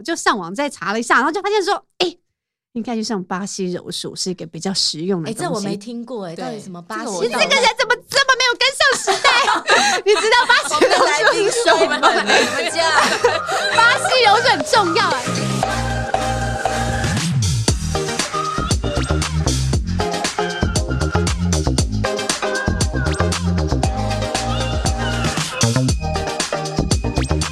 我就上网再查了一下，然后就发现说，哎、应该就像巴西柔术是一个比较实用的哎，东西。这我没听过哎，到底什么巴这个西？我你这个人怎么这么没有跟上时代？ 你知道巴西柔来术宾说 我们很廉价，巴西柔术很重要啊。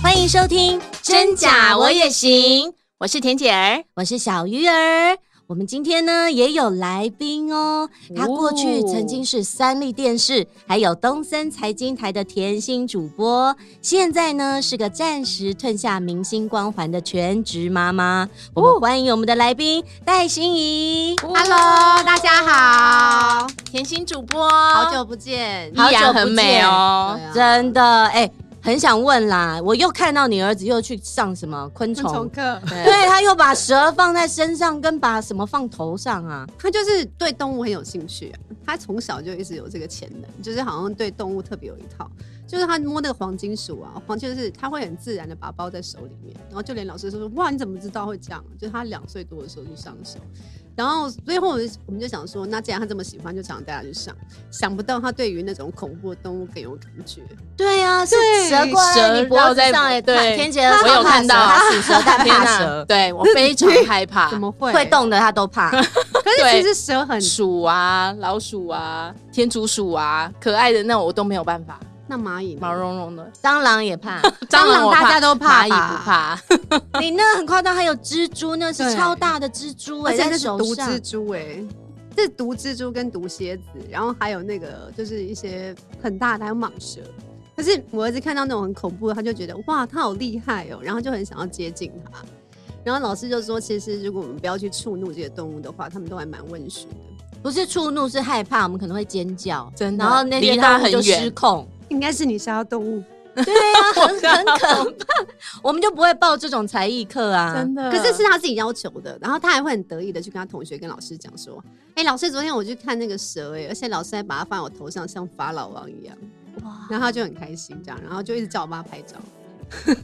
欢迎收听《真假我也行》，我是田姐儿，我是小鱼儿。我们今天呢也有来宾哦，他过去曾经是三立电视还有东森财经台的甜心主播，现在呢是个暂时褪下明星光环的全职妈妈。我们欢迎我们的来宾戴欣怡。 Hello，大家好，甜心主播，好久不见。依然很美哦对。啊真的，哎、很想问啦，我又看到你儿子又去上什么昆昆虫虫，课，对，他又把蛇放在身上，跟把什么放头上啊？他就是对动物很有兴趣、啊，他从小就一直有这个潜能，就是好像对动物特别有一套。就是他摸那个黄金鼠啊，黄就是他会很自然的把包在手里面，然后就连老师都说哇你怎么知道会这样？就是他两岁多的时候就上手，然后最后我们我们就想说，那既然他这么喜欢，就常常带他去上。想不到他对于那种恐怖的动物更有感觉，对啊，是对蛇挂在你蛇脖绕子在上，哎，对天杰儿我有看到他属蛇， 他天怕哪蛇，对我非常害 怕怎么会会？动的他都怕。可是其实蛇很鼠啊、老鼠啊、天竺鼠啊，可爱的那种我都没有办法，那蚂蚁呢毛茸茸的。 蟑螂也 怕，蟑螂我怕大家都怕蚂蚁不怕。你那很夸张，还有蜘蛛，那是对超大的蜘蛛哎，而且在那是手毒上蜘。蛛哎、欸，这是毒蜘蛛跟毒蝎子，然后还有那个就是一些很大的，还有蟒蛇。可是我儿子看到那种很恐怖的，他就觉得哇，他好厉害哦，然后就很想要接近他。然后老师就说，其实如果我们不要去触怒这些动物的话，他们都还蛮温驯的，不是触怒，是害怕，我们可能会尖叫，真的然后那些离他动物就很远啊失控。 应该是你杀到动物。对啊，很很可怕，我们就不会报这种才艺课啊。的可是是他自己要求的，然后他还会很得意的去跟他同学、跟老师讲说：“哎、老师，昨天我去看那个蛇、欸，而且老师还把它放在我头上，像法老王一样。”哇，然后他就很开心这样，然后就一直叫我妈拍照。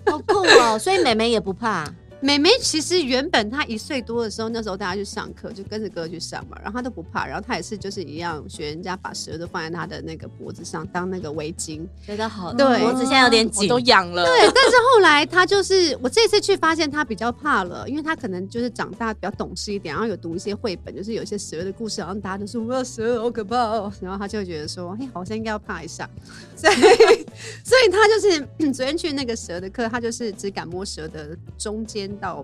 好酷哦！所以妹妹也不怕，妹妹其实原本她一岁多的时候，那时候大家去上课，就跟着哥哥去上嘛，然后她都不怕，然后她也是就是一样学人家把舌头放在她的那个脖子上当那个围巾，觉得好，对脖子现在有点我紧都。痒了。对，但是后来她就是我这次去发现她比较怕了，因为她可能就是长大比较懂事一点，然后有读一些绘本，就是有一些蛇的故事，然后大家都说我要蛇好可怕哦，然后她就觉得说，哎，好像应该要怕一下， 所以所以她就是嗯昨天去那个蛇的课，她就是只敢摸蛇的中间到。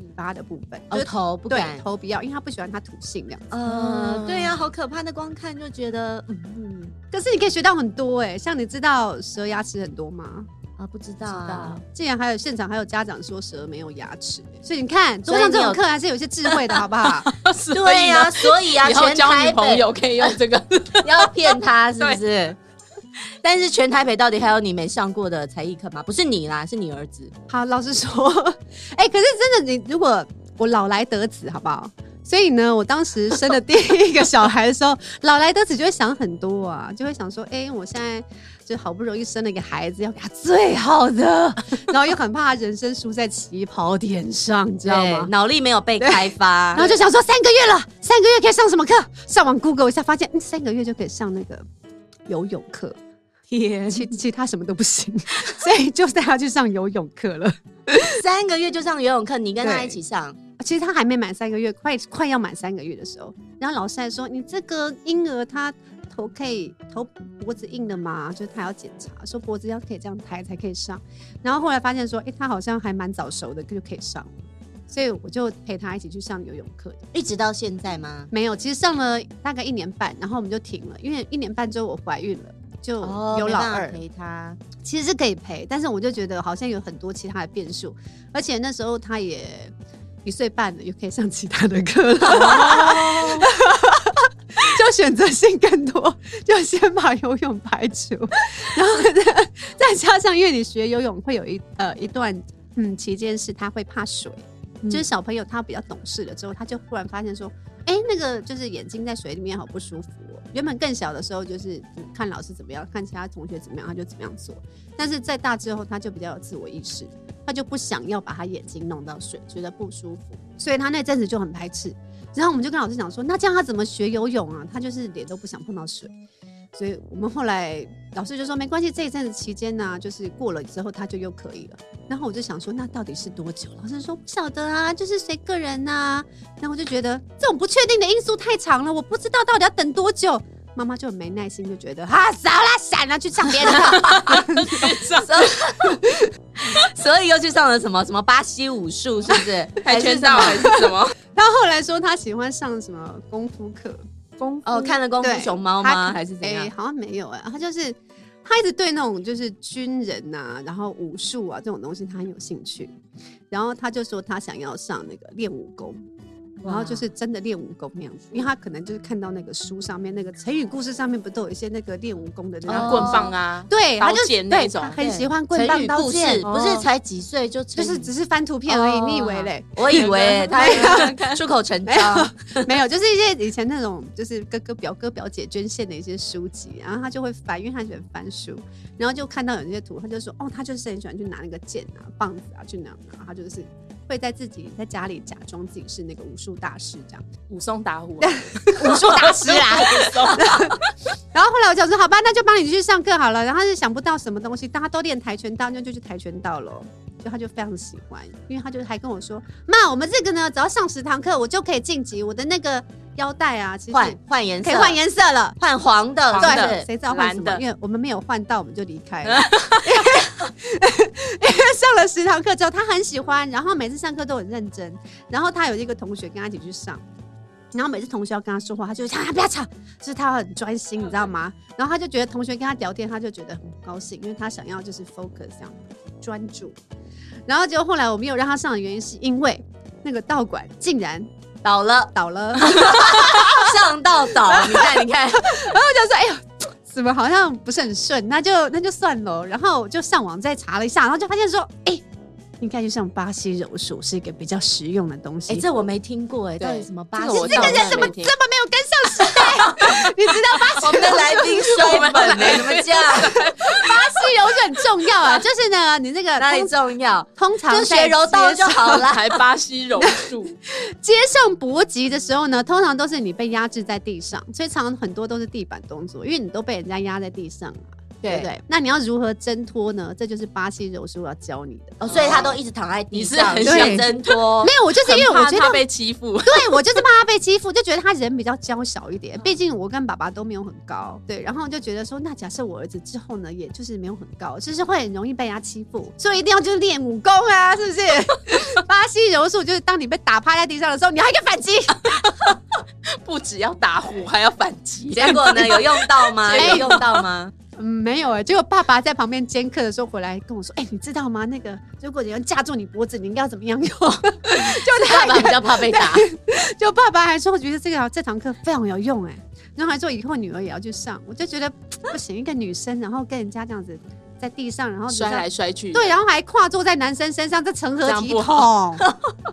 尾巴的部分，就哦，是头不对，敢。头不要，因为他不喜欢它土性这样。呃，对呀，好可怕！那光看就觉得，嗯可是你可以学到很多哎、像你知道蛇牙齿很多吗？啊，不知道知道啊。竟然还有现场还有家长说蛇没有牙齿欸、所以你看所以桌上这你种课有还是有一些智慧的好不 好？ 所以呢对呀，所以啊，以后全交女台朋北友可以用这个。 要骗他是不是？但是全台北到底还有你没上过的才艺课吗？不是你啦，是你儿子。好，老实说，哎、可是真的你如果我老来得子好不好？所以呢，我当时生了第一个小孩的时候，老来得子就会想很多啊，就会想说，哎、我现在就好不容易生了一个孩子，要给他最好的， 然后又很怕人生输在起跑点上，你知道吗对？脑力没有被开发然，后就想说三个月了，三个月可以上什么课？上网 Google 一下，发现嗯，三个月就可以上那个游泳课，天，其其他什么都不行， 所以就带他去上游泳课了。三个月就上游泳课，你跟他对一起上，其实他还没满三个月，快快要满三个月的时候，然后老师还说：“你这个婴儿他头可以头脖子硬的吗？”就是他要检查，说脖子要可以这样抬才可以上。然后后来发现说：“哎、他好像还蛮早熟的，就可以上。”所以我就陪他一起去上游泳课，一直到现在吗？没有，其实上了大概一年半，然后我们就停了，因为一年半之后我怀孕了，就有老哦没办二。法陪他，其实是可以陪，但是我就觉得好像有很多其他的变数，而且那时候他也一岁半了，又可以上其他的课了， 就选择性更多，就先把游泳排除， 然后再再加上，因为你学游泳会有一呃一段嗯期间是他会怕水，就是小朋友他比较懂事了之后，他就忽然发现说，哎、那个就是眼睛在水里面好不舒服、哦。原本更小的时候就是嗯看老师怎么样，看其他同学怎么样，他就怎么样做。但是在大之后，他就比较有自我意识，他就不想要把他眼睛弄到水，觉得不舒服，所以他那阵子就很排斥。然后我们就跟老师讲说，那这样他怎么学游泳啊？他就是脸都不想碰到水。所以我们后来老师就说没关系，这一阵子期间呢、就是过了之后他就又可以了。然后我就想说，那到底是多久？老师说不晓得啊，就是随个人呐、然后我就觉得这种不确定的因素太长了，我不知道到底要等多久。妈妈就很没耐心，就觉得啊，少啦，闪啦，去上别的课。 所以又去上了什么什么巴西武术，是不是？跆拳道还还是哦是什 么？他后来说他喜欢上什么功夫课，什么哦，看了功夫对熊猫吗？还是怎哎、样？好像没有哎、他就是他一直对那种就是军人呐、然后武术啊这种东西他很有兴趣，然后他就说他想要上那个练武功。然后就是真的练武功那样子，因为他可能就是看到那个书上面那个成语故事上面不都有一些那个练武功的那哦个、啊，棍棒啊，对，他刀就剑对那种他很对喜欢棍成棒语刀故剑哦事，，不是才几岁就成就语是只是翻图片而已，你以为嘞？？哦我以 为他出口成章，没有，就是一些以前那种就是哥哥表哥表姐捐献的一些书籍，然后他就会翻，因为他喜欢翻书，然后就看到有那些图，他就说哦，他就是很喜欢去拿那个剑啊、棒子啊去拿拿，他就是会在自己在家里假装自己是那个武术大师这样。武松打虎啊，武术大师 啊，然后后来我讲说好吧，那就帮你去上课好了。然后他就想不到什么东西，大家都练跆拳道，那就去跆拳道喽。就他就非常喜欢，因为他就还跟我说，妈，我们这个呢，只要上十堂课，我就可以晋级。我的那个腰带啊，其实换换颜色，可以换颜色了。换黄的，黄是不的对，是谁知道换什么？蓝的因为我们没有换到，我们就离开 了。 因为上了十堂课之后，他很喜欢，然后每次上课都很认真。然后他有一个同学跟他一起去上，然后每次同学要跟他说话，他就说：“啊，不要吵！”就是他很专心，你知道吗？然后他就觉得同学跟他聊天，他就觉得很高兴，因为他想要就是 focus 这样专注。然后结果后来我没有让他上的原因，是因为那个道馆竟然倒了，倒了。 上到倒，你看你看，就说：“哎呦，怎么好像不是很顺？那就那就算了。”然后我就上网再查了一下，然后就发现说：“哎、应该就像巴西柔术是一个比较实用的东西。哎，这我没听过哎，对到底什么八这十？个我这倒个是人怎么没这听么没有跟上时代？你知道巴我们的来 宾摔本哎，怎么这样？巴西柔术很重要啊，就是呢，你那个 哪里通 重要？通常就在学柔道街就上好了。还巴西柔 术，街上搏击的时候呢，通常都是你被压制在地上，所以常常很多都是地板动作，因为你都被人家压在地上啊。 对不对？那你要如何挣脱呢？这就是巴西柔术要教你的。哦，所以他都一直躺在地你是上，很想想挣脱没。有，我就是因为哦很我怕觉他得被欺负， 对我就是怕他被欺负，就觉得他人比较娇小一嗯点。毕竟我跟爸爸都没有很高，对，然后就觉得说，那假设我儿子之后呢，也就是没有很高，就是会很容易被人家欺负，所以一定要就是练武功啊， 是不是？巴西柔术就是当你被打趴在地上的时候，你还可以反击， 不只要打虎，还要反 击。 结果呢？有用到 吗？没有有用到吗？嗯，没有哎、结果爸爸在旁边监课的时候回来跟我说，哎、你知道吗？那个如果有人架住你脖子，你应该要怎么样用？ 就他爸爸比较怕被打，就爸爸还说，我觉得这个这堂课非常有用哎，然后还说以后女儿也要去上，我就觉得不行，一个女生然后跟人家这样子在地上，然后摔来你知摔去，道对，然后还跨坐在男生身上，这成何这样体不统？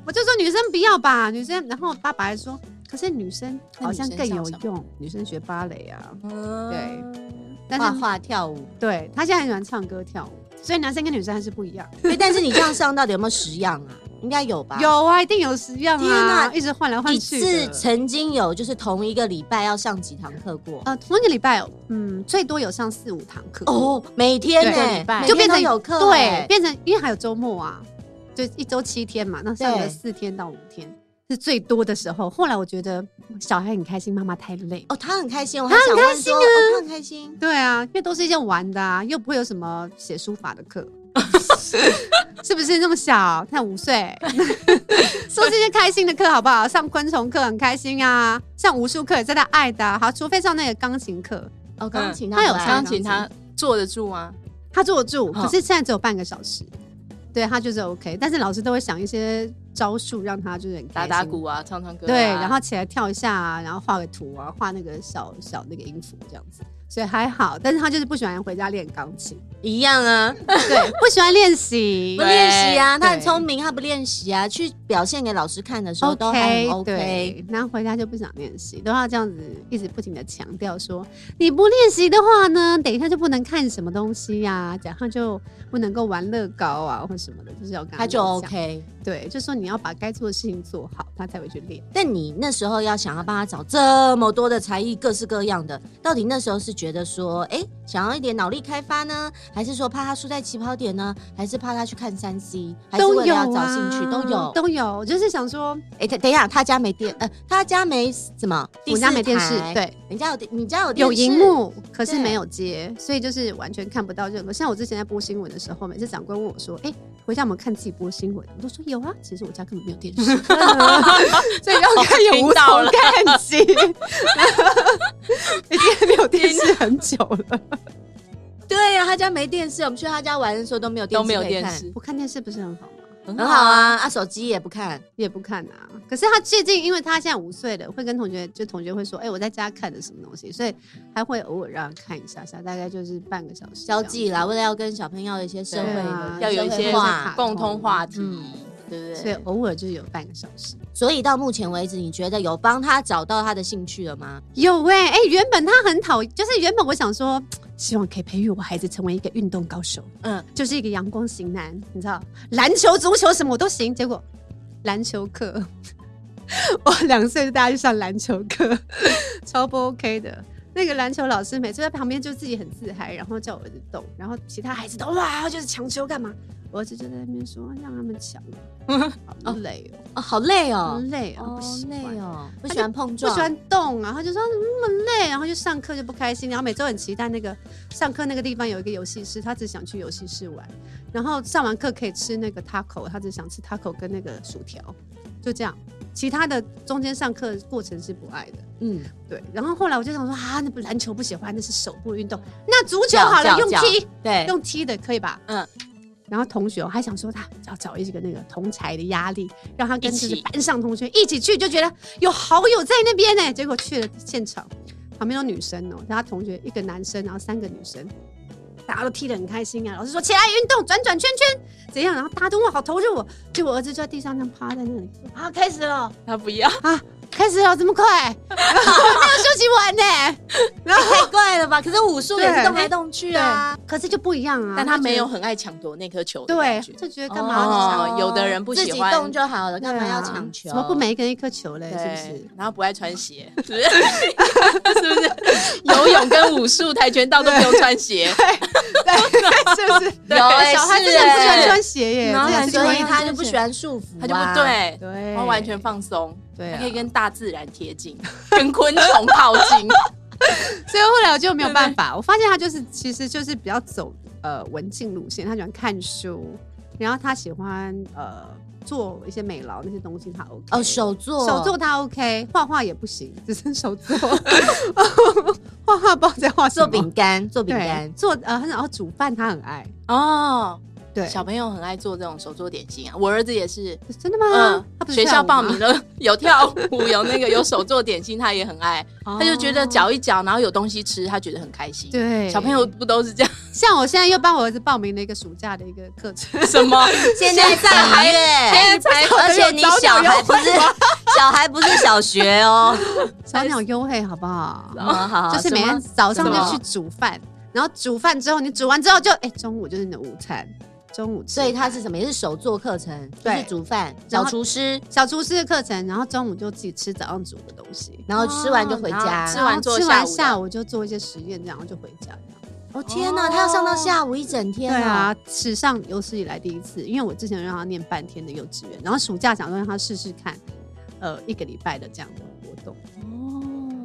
我就说女生不要吧，女生，然后爸爸还说，可是女生那好像女生更有上什么用，女生学芭蕾啊，嗯对， 但画是画跳 舞。对她现在很喜欢唱歌跳舞，所以男生跟女生还是不一样。对，哎但是你这样上到底有没有十样啊？应该有吧？。有啊，一定有十样天哪啊，一直换来换一去次的。曾经有就是同一个礼拜要上几堂课过呃，同一个礼拜，嗯，最多有上四五堂课。哦，每天对呢、礼拜每天就变都成有课对欸，变成因为还有周末啊，就一周七天嘛，那上对了四天到五天是最多的时候。后来我觉得小孩很开心，妈妈太累。哦，他很开心，我还想问说，哦啊他很开心，对啊，因为都是一些玩的啊，又不会有什么写书法的课，是不是那么小？看五岁，说这些开心的课好不好？上昆虫课很开心啊，上武术课也是他爱的、啊。好，除非上那个钢琴课，哦，钢琴嗯他他有不爱钢琴他坐得住啊吗？他坐得住，嗯可是现在只有半个小时，对他就是 OK。但是老师都会想一些招数，让他就是很开打心打鼓啊，唱唱歌啊。对，然后起来跳一下啊，然后画个图啊，画那个小小那个音符这样子。所以还好。但是他就是不喜欢回家练钢琴，一样啊，对，不喜欢练习不。练习啊，对他很聪明，他不练习啊，去表现给老师看的时候都还 OK，, 很 OK。对，然后回家就不想练习，都要这样子一直不停的强调说，你不练习的话呢，等一下就不能看什么东西呀、早上就不能够玩乐高啊或什么的，就是要跟他就讲 OK，对，就说你要把该做的事情做好，他才会去练。但你那时候要想要帮他找这么多的才艺，各式各样的，到底那时候是觉得说，哎、想要一点脑力开发呢，还是说怕他输在起跑点呢，还是怕他去看三 C，还是都为了有要啊，找兴趣都有？都有。我就是想说，哎、等等一下，他家没电，呃，他家没什么，我家没电视，对，对，你家有你家有电有视荧，幕，可是对没有接，所以就是完全看不到任何。像我之前在播新闻的时候，每次长官问我说：“哎、回家我们看自己播新闻。”我都说有啊，其实我家根本没有电视， 所以要看也无听到从了看起， 已经没有电视很久了。对啊呀、他家没电视，我们去他家玩的时候都没有电视，都没有电，视，我看电视不是很好吗？很很好。啊，啊，手机也不看，也不看啊。可是他最近，因为他现在五岁了，会跟同学就同学会说：“哎、我在家看的什么东西？”所以还会偶尔让他看一下下，大概就是半个小时交际啦，。为了要跟小朋友有一些社会对啊的要有一社些会化啊共通话题嗯，对不所以对？偶尔就有半个小时。所以到目前为止，你觉得有帮他找到他的兴趣了吗？有哎、哎、原本他很讨，就是原本我想说，希望可以培育我孩子成为一个运动高手，嗯，就是一个阳光型男，你知道，篮球、足球什么我都行。结果篮球课， 我两岁就带他去上篮球课， 超不 OK 的。那个篮球老师每次在旁边就自己很自嗨，然后叫我儿子动，然后其他孩子都哇就是强求干嘛，我儿子就在那边说让他们抢，好累哦，哦，好累哦好，累哦，好不喜欢累哦，不他喜就欢碰不撞，喜欢动啊，他就说嗯那么累，然后就上课就不开心，然后每周很期待那个上课那个地方有一个游戏室，他只想去游戏室玩，然后上完课可以吃那个 taco，他只想吃 taco 跟那个薯条，就这样，其他的中间上课过程是不爱的。嗯，对，然后后来我就想说啊，那不篮球不喜欢，那是手部运动，那足球脚好了，脚用脚踢对，用踢的可以吧？嗯哎嗯。然后同学，我还想说他要找一个那个同才的压力，让他跟一起就是班上同学一起去，就觉得有好友在那边欸呢。结果去了现场，旁边有女生哦、然后他同学一个男生，然后三个女生，大家都踢得很开心啊。老师说起来运动，转转圈圈，怎样？然后大家都哇好投入哦。结果我儿子就在地上这样趴在那里，啊，开始了他不要，啊，开始了，这么快， 没有休息完呢。然后 太怪了吧？可是武术也是对动来动去啊， 可是就不一样啊，但他就觉没得有很爱抢夺那颗球的对感觉，就觉得干嘛要抢？哦，有的人不自喜己欢动就好了，干嘛对啊要抢球？怎么不每一个人一颗球嘞？对，是不是？然后不爱穿 鞋，是不是？是 不是？游泳跟武术、跆拳道都不用穿鞋，对， 是不是？对有哎小孩是真的不喜欢哎穿鞋耶，然这也后是所以另外一他件就不事喜欢束缚、他就不，对，对，他完全放松，对他啊。可以跟大自然贴近，跟昆虫靠近。 所以后来我就没有办法，我发现他就是其实就是比较走呃文静路线，他喜欢看书，然后他喜欢呃做一些美劳那些东西，他 OK 哦，手作，手作他 OK，画画也不行，只剩手作，画画不知道在画什做么饼干，做饼对 干，做呃，然后煮饭他很爱，哦，对，小朋友很爱做这种手做点心啊，我儿子也是。真的吗？嗯啊他，不是学跳校舞报吗名了，有跳舞，有那个有手做点心，他也很爱，他就觉得脚搅一搅，然后有东西吃，他觉得很开心。哦对小朋友不都是这样？ 像我现在又帮我儿子报名了一个暑假的一个课程， 什么？现在在一月，现在才而且你小孩不是 小孩不是小学 哦，小鸟优惠好不好？好好好，就是每什么天早上什么就去煮饭，然后煮饭之后你煮完之后就哎、中午就是你的午餐，中午吃所以他是什么？也是手作课程，就是嗯对煮饭，然找后厨师，小厨师的课程，然后中午就自己吃早上煮的东西，然后吃完就回家。哦然后然后完做吃完下午的下午就做一些实验，这样然后就回家这样。哦天哪，他要上到下午一整天对啊，，史上有史以来第一次，因为我之前让他念半天的幼稚园，然后暑假想说让他试试看，呃，一个礼拜的这样的活动。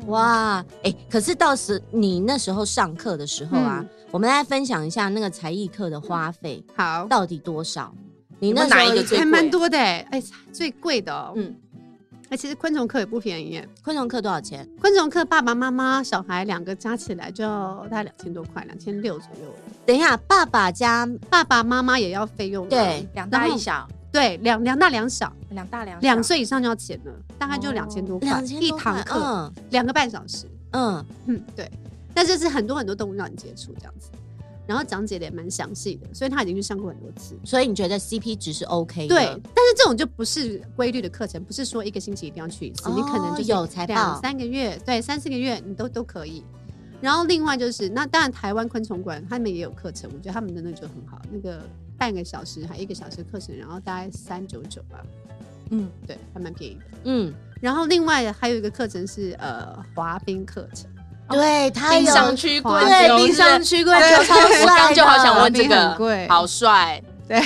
哇，哎，可是到时你那时候上课的时候啊嗯，我们来分享一下那个才艺课的花费好，到底多少？你有没那有时候哪一个最呃还贵蛮多的哎、哎、最贵的哦、嗯嗯，哎、其实昆虫课也不便宜耶，昆虫课多少钱？昆虫课爸爸妈妈、小孩两个加起来就要大概两千多块，两千六左右。等一下，爸爸家爸爸妈妈也要费用啊，对两大然一后小，对，两两大两小，两大两小两岁以上就要钱了，大概就哦两千多块，两千一堂课嗯两个半小时。嗯，嗯，对。但就是很多很多动物让你接触这样子。然后讲解的也蛮详细的，所以他已经去上过很多次。所以你觉得 CP 值是 OK 的？对，但是这种就不是规律的课程，不是说一个星期一定要去一次，你可能哦就是有才两报三个月，对，三四个月你都都可以。然后另外就是，那当然台湾昆虫馆他们也有课程，我觉得他们的那就很好，那个半个小时还一个小时课程，然后大概三九九吧，嗯对，还蛮便宜的。嗯，然后另外还有一个课程是呃滑冰课程，对，他哎冰有上曲棍球，对是不冰是上曲棍球对超我帅的，我刚刚就好想哦问这滑冰很个贵，好帅，对。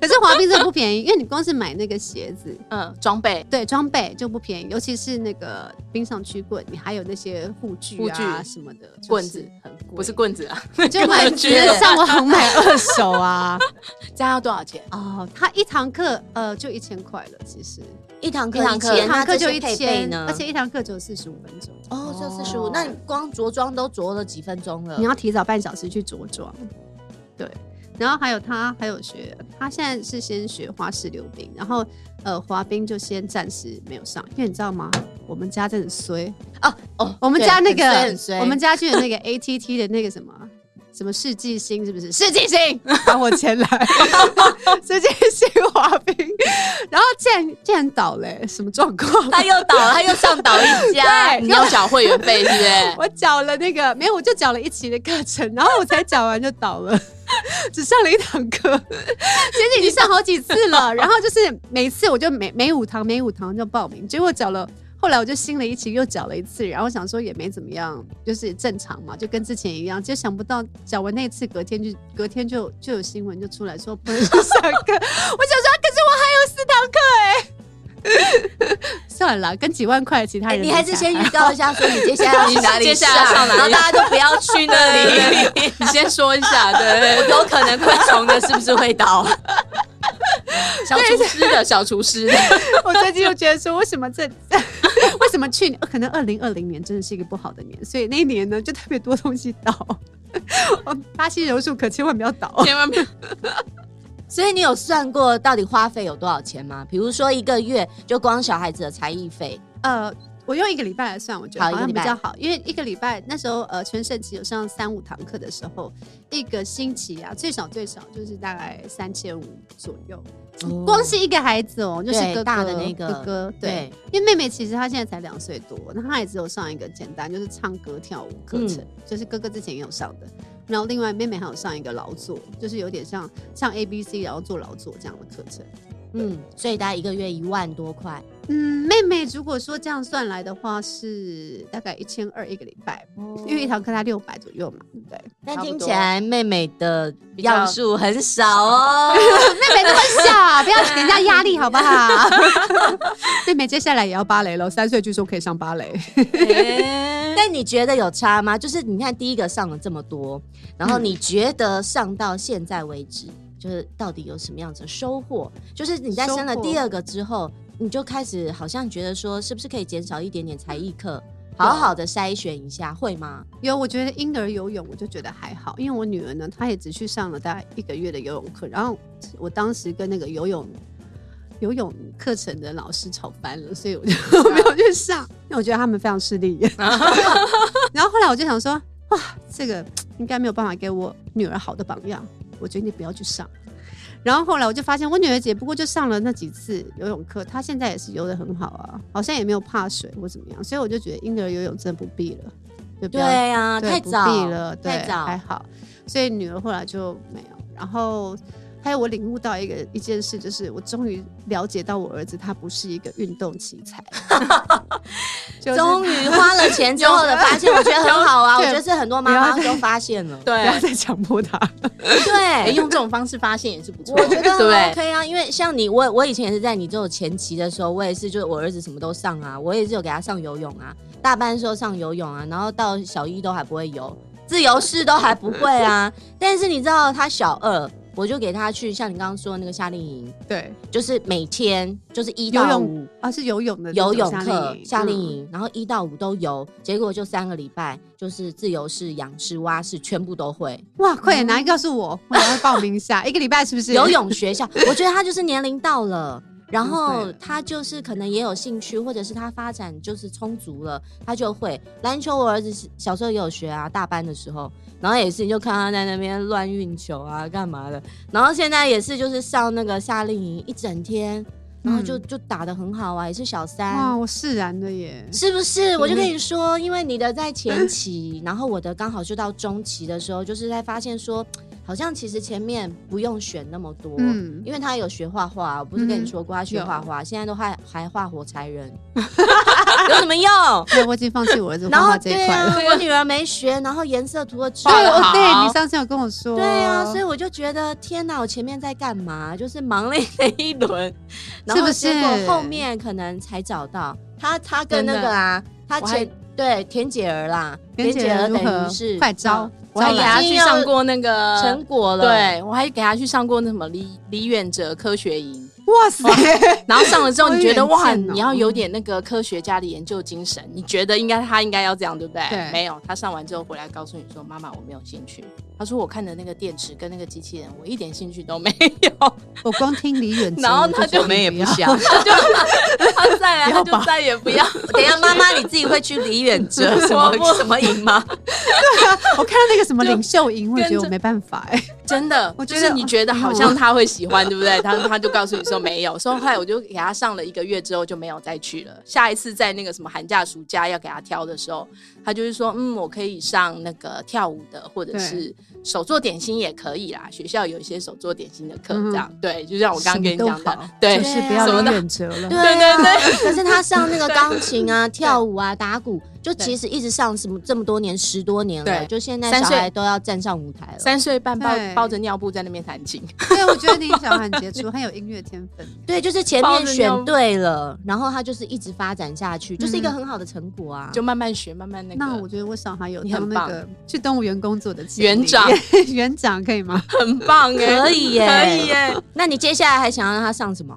可是滑冰真的不便宜，因为你光是买那个鞋子，嗯，装备对，装备就不便宜，尤其是那个冰上曲棍，你还有那些护具护啊具什么的，就是棍子很贵，不是棍子啊， 就买棍直子接上 网买二手啊。这样要多少钱？哦，他一堂课呃就一千块了，其实一堂课一堂课一钱，堂课就一一千，呢，而且一堂课只有四十五分钟，哦，就哦四十五，那你光着装都着了几分钟了你？要提早半小时去着装。对，然后还有他还有学，他现在是先学花式溜冰，然后呃滑冰就先暂时没有上，因为你知道吗？我们家真的很衰，哦哦，我们对家那很衰很个衰，我们家去的那个 ATT 的那个什么。什么世纪星是不是？世纪星把我钱来， 世纪星滑冰，然后竟然竟然倒嘞、什么状况？他又倒了，他又上倒一家，你要缴会员费是不是？我缴了那个没有，我就缴了一期的课程，然后我才缴完就倒了， 只上了一堂课，其实已经上好几次 了。然后就是每次我就每每五堂每五堂就报名，结果缴了。后来我就新了一期，又缴了一次，然后想说也没怎么样，就是正常嘛，就跟之前一样。就想不到缴完那一次，隔天就隔天就就有新闻就出来说不能去上课。我想说，啊可是我还有四堂课哎、算了，跟几万块的其他人、哎你还是先预告一下，说你接下来要去你哪里接下来要上哪里然后大家都不要去 那里。你先说一下，对对对，有可能昆虫的是不是会倒？小厨师的小厨师的， 我最近就觉得说，为什么这 为什么去年可能二零二零年真的是一个不好的年，所以那一年呢就特别多东西倒。 我巴西柔术可千万不要倒， 千万不要所以你有算过到底花费有多少钱吗？比如说一个月就光小孩子的才艺费，呃。我用一个礼拜来算，我觉得好好像一个礼比拜较好，因为一个礼拜那时候呃全盛期有上三五堂课的时候，一个星期啊最少最少就是大概三千五左右，光是一个孩子哦，就是对哥哥大的那个哥哥对对，因为妹妹其实她现在才两岁多，那她也只有上一个简单就是唱歌跳舞课程，嗯就是哥哥之前也有上的，然后另外妹妹还有上一个劳作，就是有点像像 A B C 然后做劳作这样的课程。嗯，所以大概一个月一万多块。嗯，妹妹如果说这样算来的话，是大概一千二一个礼拜，因为一堂课她六百左右嘛，对不 对？但差不嗯听多起来妹妹的比较样数很少哦。妹妹那么小，不要给人家压力好不 好？妹妹接下来也要芭蕾了，三岁据说可以上芭蕾。但你觉得有差吗？就是你看第一个上了这么多，然后嗯你觉得上到现在为止，就是到底有什么样子的收获？就是你在生了收获第二个之后，你就开始好像觉得说，是不是可以减少一点点才艺课，好好的筛选一下，会吗？有，我觉得婴儿游泳我就觉得还好，因为我女儿呢，她也只去上了大概一个月的游泳课，然后我当时跟那个游泳游泳课程的老师吵翻了，所以我就 没有去上，因为我觉得他们非常势利眼。然后后来我就想说，哇，这个应该没有办法给我女儿好的榜样，我决定不要去上。然后后来我就发现，我女儿姐不过就上了那几次游泳课，她现在也是游得很好啊，好像也没有怕水或怎么样，所以我就觉得婴儿游泳真的不必了，就不要对啊，对太不早必了，对，哎太还早。好。所以女儿后来就没有。然后还有我领悟到一个一件事，就是我终于了解到我儿子他不是一个运动奇 才，就是终于花了钱之后的 发现，我觉得很好啊！我对觉得是很多妈妈不要都发现了，不对要。再强迫他。哎，对，用这种方式发现也是不错，我 觉得对不很对？ OK 啊，因为像你，我我以前也是在你这种前期的时候，我也是，就是我儿子什么都上啊，我也是有给他上游泳啊，大班的时候上游泳啊，然后到小一都还不会游，自由式都还不会啊。但是你知道他小二，我就给他去像你刚刚说的那个夏令营，对，就是每天就是一游到泳五。啊是游泳的那游种泳夏令课、营夏令嗯营，然后一到五都游，结果就三个礼拜，就是自由式、仰式、蛙式全部都会。嗯哇，快点 拿一个告诉我，我要报名一下，一个礼拜是不是？ 游泳学校，我觉得他就是年龄到了，然后了他就是可能也有兴趣，或者是他发展就是充足了，他就会篮球。我儿子小时候也有学啊，大班的时候，然后也是你就看他在那边乱运球啊，干嘛的。然后现在也是就是上那个夏令营一整天，然后就、嗯就打的很好啊，也是小三哇，。我释然了耶。是不是？我就跟你说，因为你的在前期，然后我的刚好就到中期的时候，就是在发现说，好像其实前面不用选那么多，嗯，因为他有学画画，我不是跟你说过他学有画画，现在都还还画火 柴人，有什么用？对，我已经放弃我儿子然啊画后画这一对块啊了。， 我女儿没学，然后颜色涂的之对，画得哦好对你上次有跟我说。啊对啊，哦所以我就觉得天哪，我前面在干嘛？就是忙了一轮，然是不后是结果后面可能才找到他，他跟那个啊，他我还前对田姐儿啦，田姐儿儿如等何于是快招我还给他去上过那呃个成果了，， 对我还给他去上过那什么离离远者科学营，哇塞，然后上了之后，好你觉得远哇，见哦你要有点那个科学家的研究精神，你觉得应该他应该要这样，对不对？对没有，他上完之后回来告诉你说：“妈妈，我没有兴趣。”他说：“我看的那个电池跟那个机器人，我一点兴趣都没有。 我光听李远哲，然后我他觉得就我们也不想。他 就他再来，不要他吧就再也不要。等一下，妈妈你自己会去离 远啊哲什 我不么什么营吗？ 我看到那个什么领袖营，我也觉得跟我着没办法哎。真的，我就觉得哦是你觉 得好像他会喜欢，对不对？他他就告诉你说没有，所以后来我就给他上了一个月之后就没有再去了。下一次在那个什么寒假、暑假要给他挑的时候，他就是说，嗯，我可以上那个跳舞的，或者对是手做点心也可以啦。学校有一些手做点心的课，嗯哼这样、对，就像我刚刚跟你讲什么都的好，哎对啊就，是不要什么李的远哲了。对啊对可是他上那个钢琴啊、跳舞啊、打鼓，就其实一直上什么这么多年，十多年了，对就现在三小岁孩都要站上舞台了。三岁半抱对抱着尿布在那边弹琴，对，我觉得你小孩很杰出，很有音乐天分。对，就是前抱面着选尿对了，然后他就是一直发展下去，就是一个很好的成果啊。就慢慢学，慢 慢那个，那我觉得我小孩有你很当那个去动物园工作的潜园力长， 园长可以吗？很棒哎、可以耶可以耶、 那你接下来还想要让他上什 么？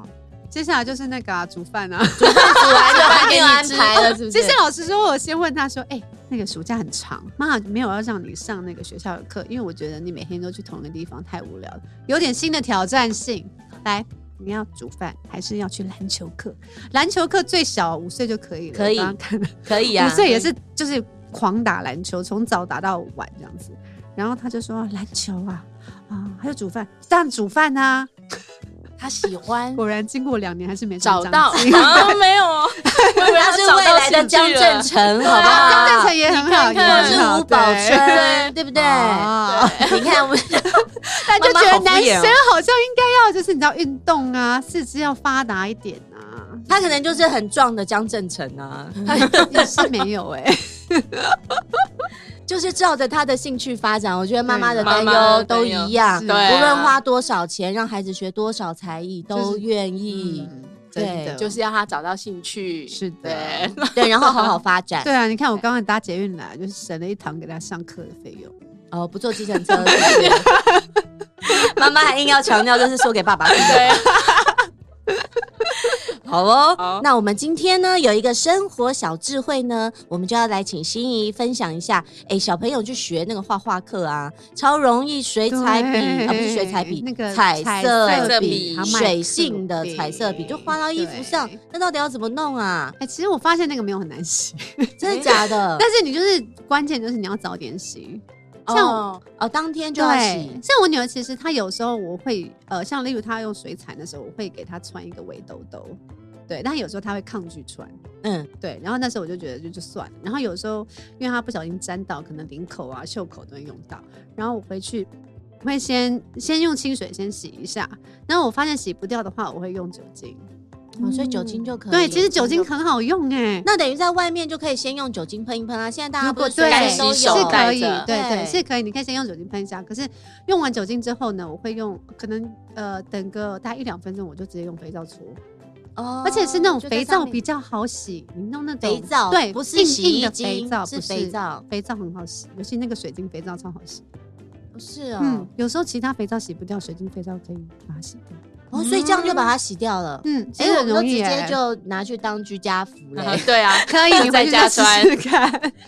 接下来就是那个啊煮饭啊。煮完就饭还给给你你安吃 排了，是不之是前？老师说，我有先问他说：“哎、那个暑假很长，妈没有要让你上那个学校的课，因为我觉得你每天都去同一个地方太无聊了，有点新的挑战性。来，你要煮饭还是要去篮球课？篮球课最小五岁就可以了，可以我刚刚看了可以五啊，岁也是就是狂打篮球，从早打到晚这样子。然后他就说篮球啊啊，还有煮饭，当然煮饭啊。他喜欢果然经过两年还是没什找么到长进 啊，没有 哦，我以为他是找未到来的兴江趣正了成，啊好不好？江正成也很好，也你看看或很者好是吴宝对春，对不对？哦你看我们，但就觉妈妈好得敷男衍哦生好像应该要就是你知道运动啊，四肢要发达一点啊，哎他可能就是很壮的江正成啊，也是没有 哎、就是照着他的兴趣发展，我觉得妈妈的担妈妈忧的都担忧一样，是对啊无论花多少钱让孩子学多少才艺就都是愿意。真的就是要他找到兴趣。是的对，对，然后好好发 展。对啊，你看我刚刚搭捷运来，就是省了一堂给他上课的费用，哦，不坐计程车。是不是 妈妈还硬要强调这是说给爸爸听的。 对，好哦，好那我们今天呢有一个生活小智慧呢，我们就要来请心仪分享一下。哎，小朋友去学那个画画课啊，超容易水彩笔对啊，不是水彩笔，那个彩彩色色笔笔、还有麦水克性的彩色笔笔就画到衣服上对，那到底要怎么弄啊？哎、其实我发现那个没有很难洗，真的假的？但是你就是关键就是你要早点洗，像哦哦，当天就要洗，像我女儿其实她有时候我会呃，像例如她用水彩的时候，我会给她穿一个围兜兜，对，但有时候她会抗拒穿。嗯，对，然后那时候我就觉得就就算了。然后有时候因为他不小心沾到，可能领口啊、袖口都会用到。然后我回去会先先用清水先洗一下，然后我发现洗不掉的话，我会用酒精。哦所以酒精就可以。对，其实酒酒精精很好用哎、那等于在外面就可以先用酒精喷一喷啊。现在大家如不果是啊随对身都洗手是有，带可以，着对对对是可以，你可以先用酒精喷一下。可是用完酒精之后呢，我会用可能呃等个大概一两分钟，我就直接用肥皂搓，哦而且是那种就在肥上皂面比较好洗，你弄那种肥皂，对，不是硬洗硬衣的肥精皂，，是不肥皂，肥皂很好洗，尤其那个水晶肥皂超好洗。不是哦嗯，。有时候其他肥皂洗不掉，水晶肥皂可以把它洗掉。哦，所以这样就把它洗掉了。嗯，其哎，实我很们都容直易、接欸。就拿去当居家服 了。对啊，可以，你在回去家再试试看。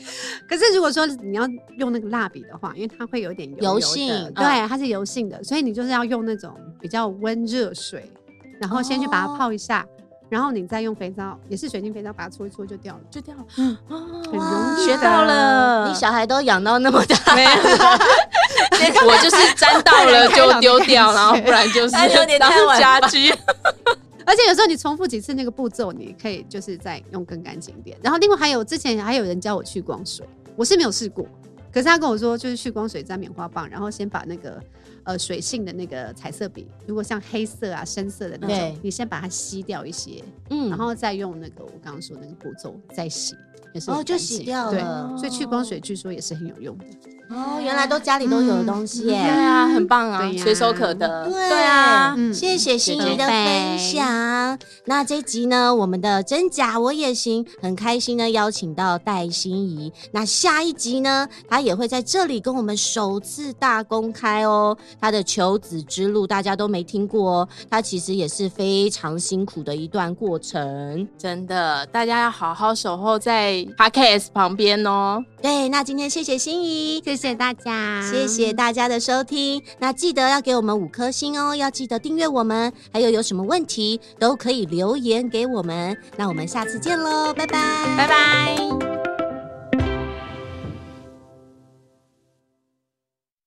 可是如果说你要用那个蜡笔的话，因为它会有点油油油的性对，它是油性的，所以你就是要用那种比较温热水然后先去把哦它泡一下，然后你再用肥皂，也是水晶肥皂把它搓一搓就掉了，就掉了，嗯很啊，容易学的到。了，你小孩都养到那么大， 没有，我就是沾到了就丢掉，然后不然就是哎有点当太晚了家居。而且有时候你重复几次那个步骤，你可以就是再用更干净一点。然后另外还有之前还有人教我去光水，我是没有试过，可是他跟我说就是去光水沾棉花棒，然后先把那个呃水性的那个彩色笔，如果像黑色啊深色的那对种，你先把它吸掉一些，嗯，然后再用那个我刚刚说那个步骤再洗，也是哦很就干洗净掉对了，所以去光水据说也是很有用的。哦，原来都家里都有的东嗯西对耶。啊，很棒啊，对呀随手可得。对啊，嗯谢谢心怡的分享。那这集呢，我们的真假我也行，很开心呢，邀请到戴心怡。那下一集呢，她也会在这里跟我们首次大公开哦。她的求子之路大家都没听过哦，她其实也是非常辛苦的一段过程。真的，大家要好好守候在 podcast 旁边哦。对，那今天谢谢心怡，谢谢大家，谢谢大家的收听，那记得要给我们五颗星哦，要记得订阅我们，还有有什么问题都可以留言给我们。那我们下次见喽，拜拜，拜拜。